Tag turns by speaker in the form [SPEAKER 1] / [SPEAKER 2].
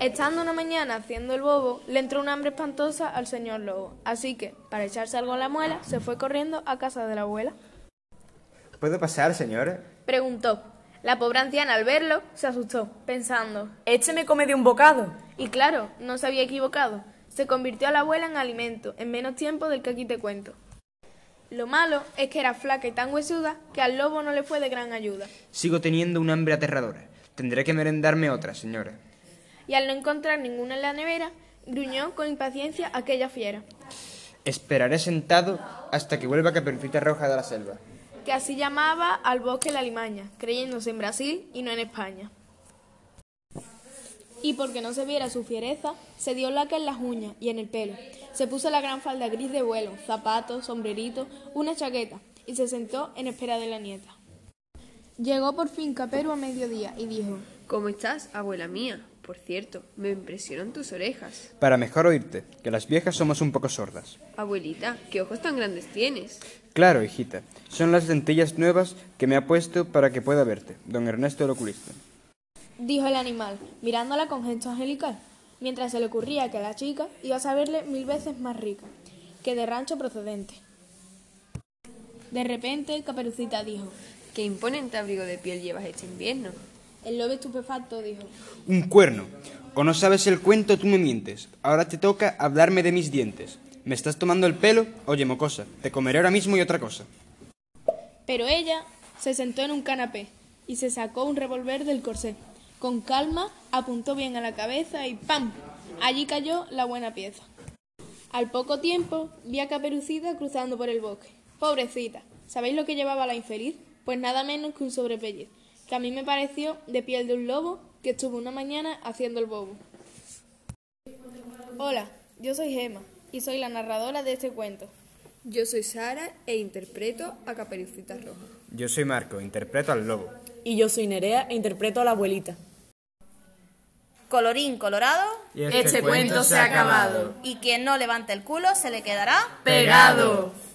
[SPEAKER 1] Estando una mañana haciendo el bobo, le entró una hambre espantosa al señor lobo, así que, para echarse algo en la muela, se fue corriendo a casa de la abuela.
[SPEAKER 2] ¿Puedo pasar, señores?
[SPEAKER 1] Preguntó. La pobre anciana al verlo se asustó, pensando.
[SPEAKER 3] Este me come de un bocado.
[SPEAKER 1] Y claro, no se había equivocado. Se convirtió a la abuela en alimento, en menos tiempo del que aquí te cuento. Lo malo es que era flaca y tan huesuda que al lobo no le fue de gran ayuda.
[SPEAKER 2] Sigo teniendo un hambre aterradora. Tendré que merendarme otra, señores.
[SPEAKER 1] Y al no encontrar ninguna en la nevera, gruñó con impaciencia aquella fiera,
[SPEAKER 2] Esperaré sentado hasta que vuelva Caperucita Roja de la selva.
[SPEAKER 1] que así llamaba al bosque la limaña, creyéndose en Brasil y no en España. Y porque no se viera su fiereza, se dio laca en las uñas y en el pelo. Se puso la gran falda gris de vuelo, zapatos, sombrerito, una chaqueta, y se sentó en espera de la nieta. Llegó por fin Caperu a mediodía y dijo,
[SPEAKER 4] ¿Cómo estás, abuela mía? Por cierto, me impresionan tus orejas.
[SPEAKER 2] Para mejor oírte, que las viejas somos un poco sordas.
[SPEAKER 4] Abuelita, ¿qué ojos tan grandes tienes?
[SPEAKER 2] Claro, hijita, son las lentillas nuevas que me ha puesto para que pueda verte, don Ernesto el oculista.
[SPEAKER 1] dijo el animal, mirándola con gesto angelical, mientras se le ocurría que la chica iba a saberle mil veces más rica, que de rancho procedente. De repente, Caperucita dijo,
[SPEAKER 4] ¿Qué imponente abrigo de piel llevas este invierno?
[SPEAKER 1] el lobo estupefacto dijo,
[SPEAKER 2] Un cuerno. O no sabes el cuento, tú me mientes. Ahora te toca hablarme de mis dientes. ¿Me estás tomando el pelo? Oye, mocosa, te comeré ahora mismo y otra cosa.
[SPEAKER 1] pero ella se sentó en un canapé y se sacó un revólver del corsé. Con calma, apuntó bien a la cabeza y ¡pam! Allí cayó la buena pieza. Al poco tiempo, vi a Caperucita cruzando por el bosque. Pobrecita, ¿sabéis lo que llevaba la infeliz? Pues nada menos que un sobrepelliz, que a mí me pareció de piel de un lobo que estuvo una mañana haciendo el bobo. Hola, yo soy Gema y soy la narradora de este cuento.
[SPEAKER 4] Yo soy Sara e interpreto a Caperucita Roja.
[SPEAKER 2] Yo soy Marco, interpreto al lobo.
[SPEAKER 3] Y yo soy Nerea e interpreto a la abuelita.
[SPEAKER 5] Colorín colorado
[SPEAKER 6] Este cuento se ha acabado.
[SPEAKER 5] y quien no levante el culo se le quedará
[SPEAKER 6] Pegado.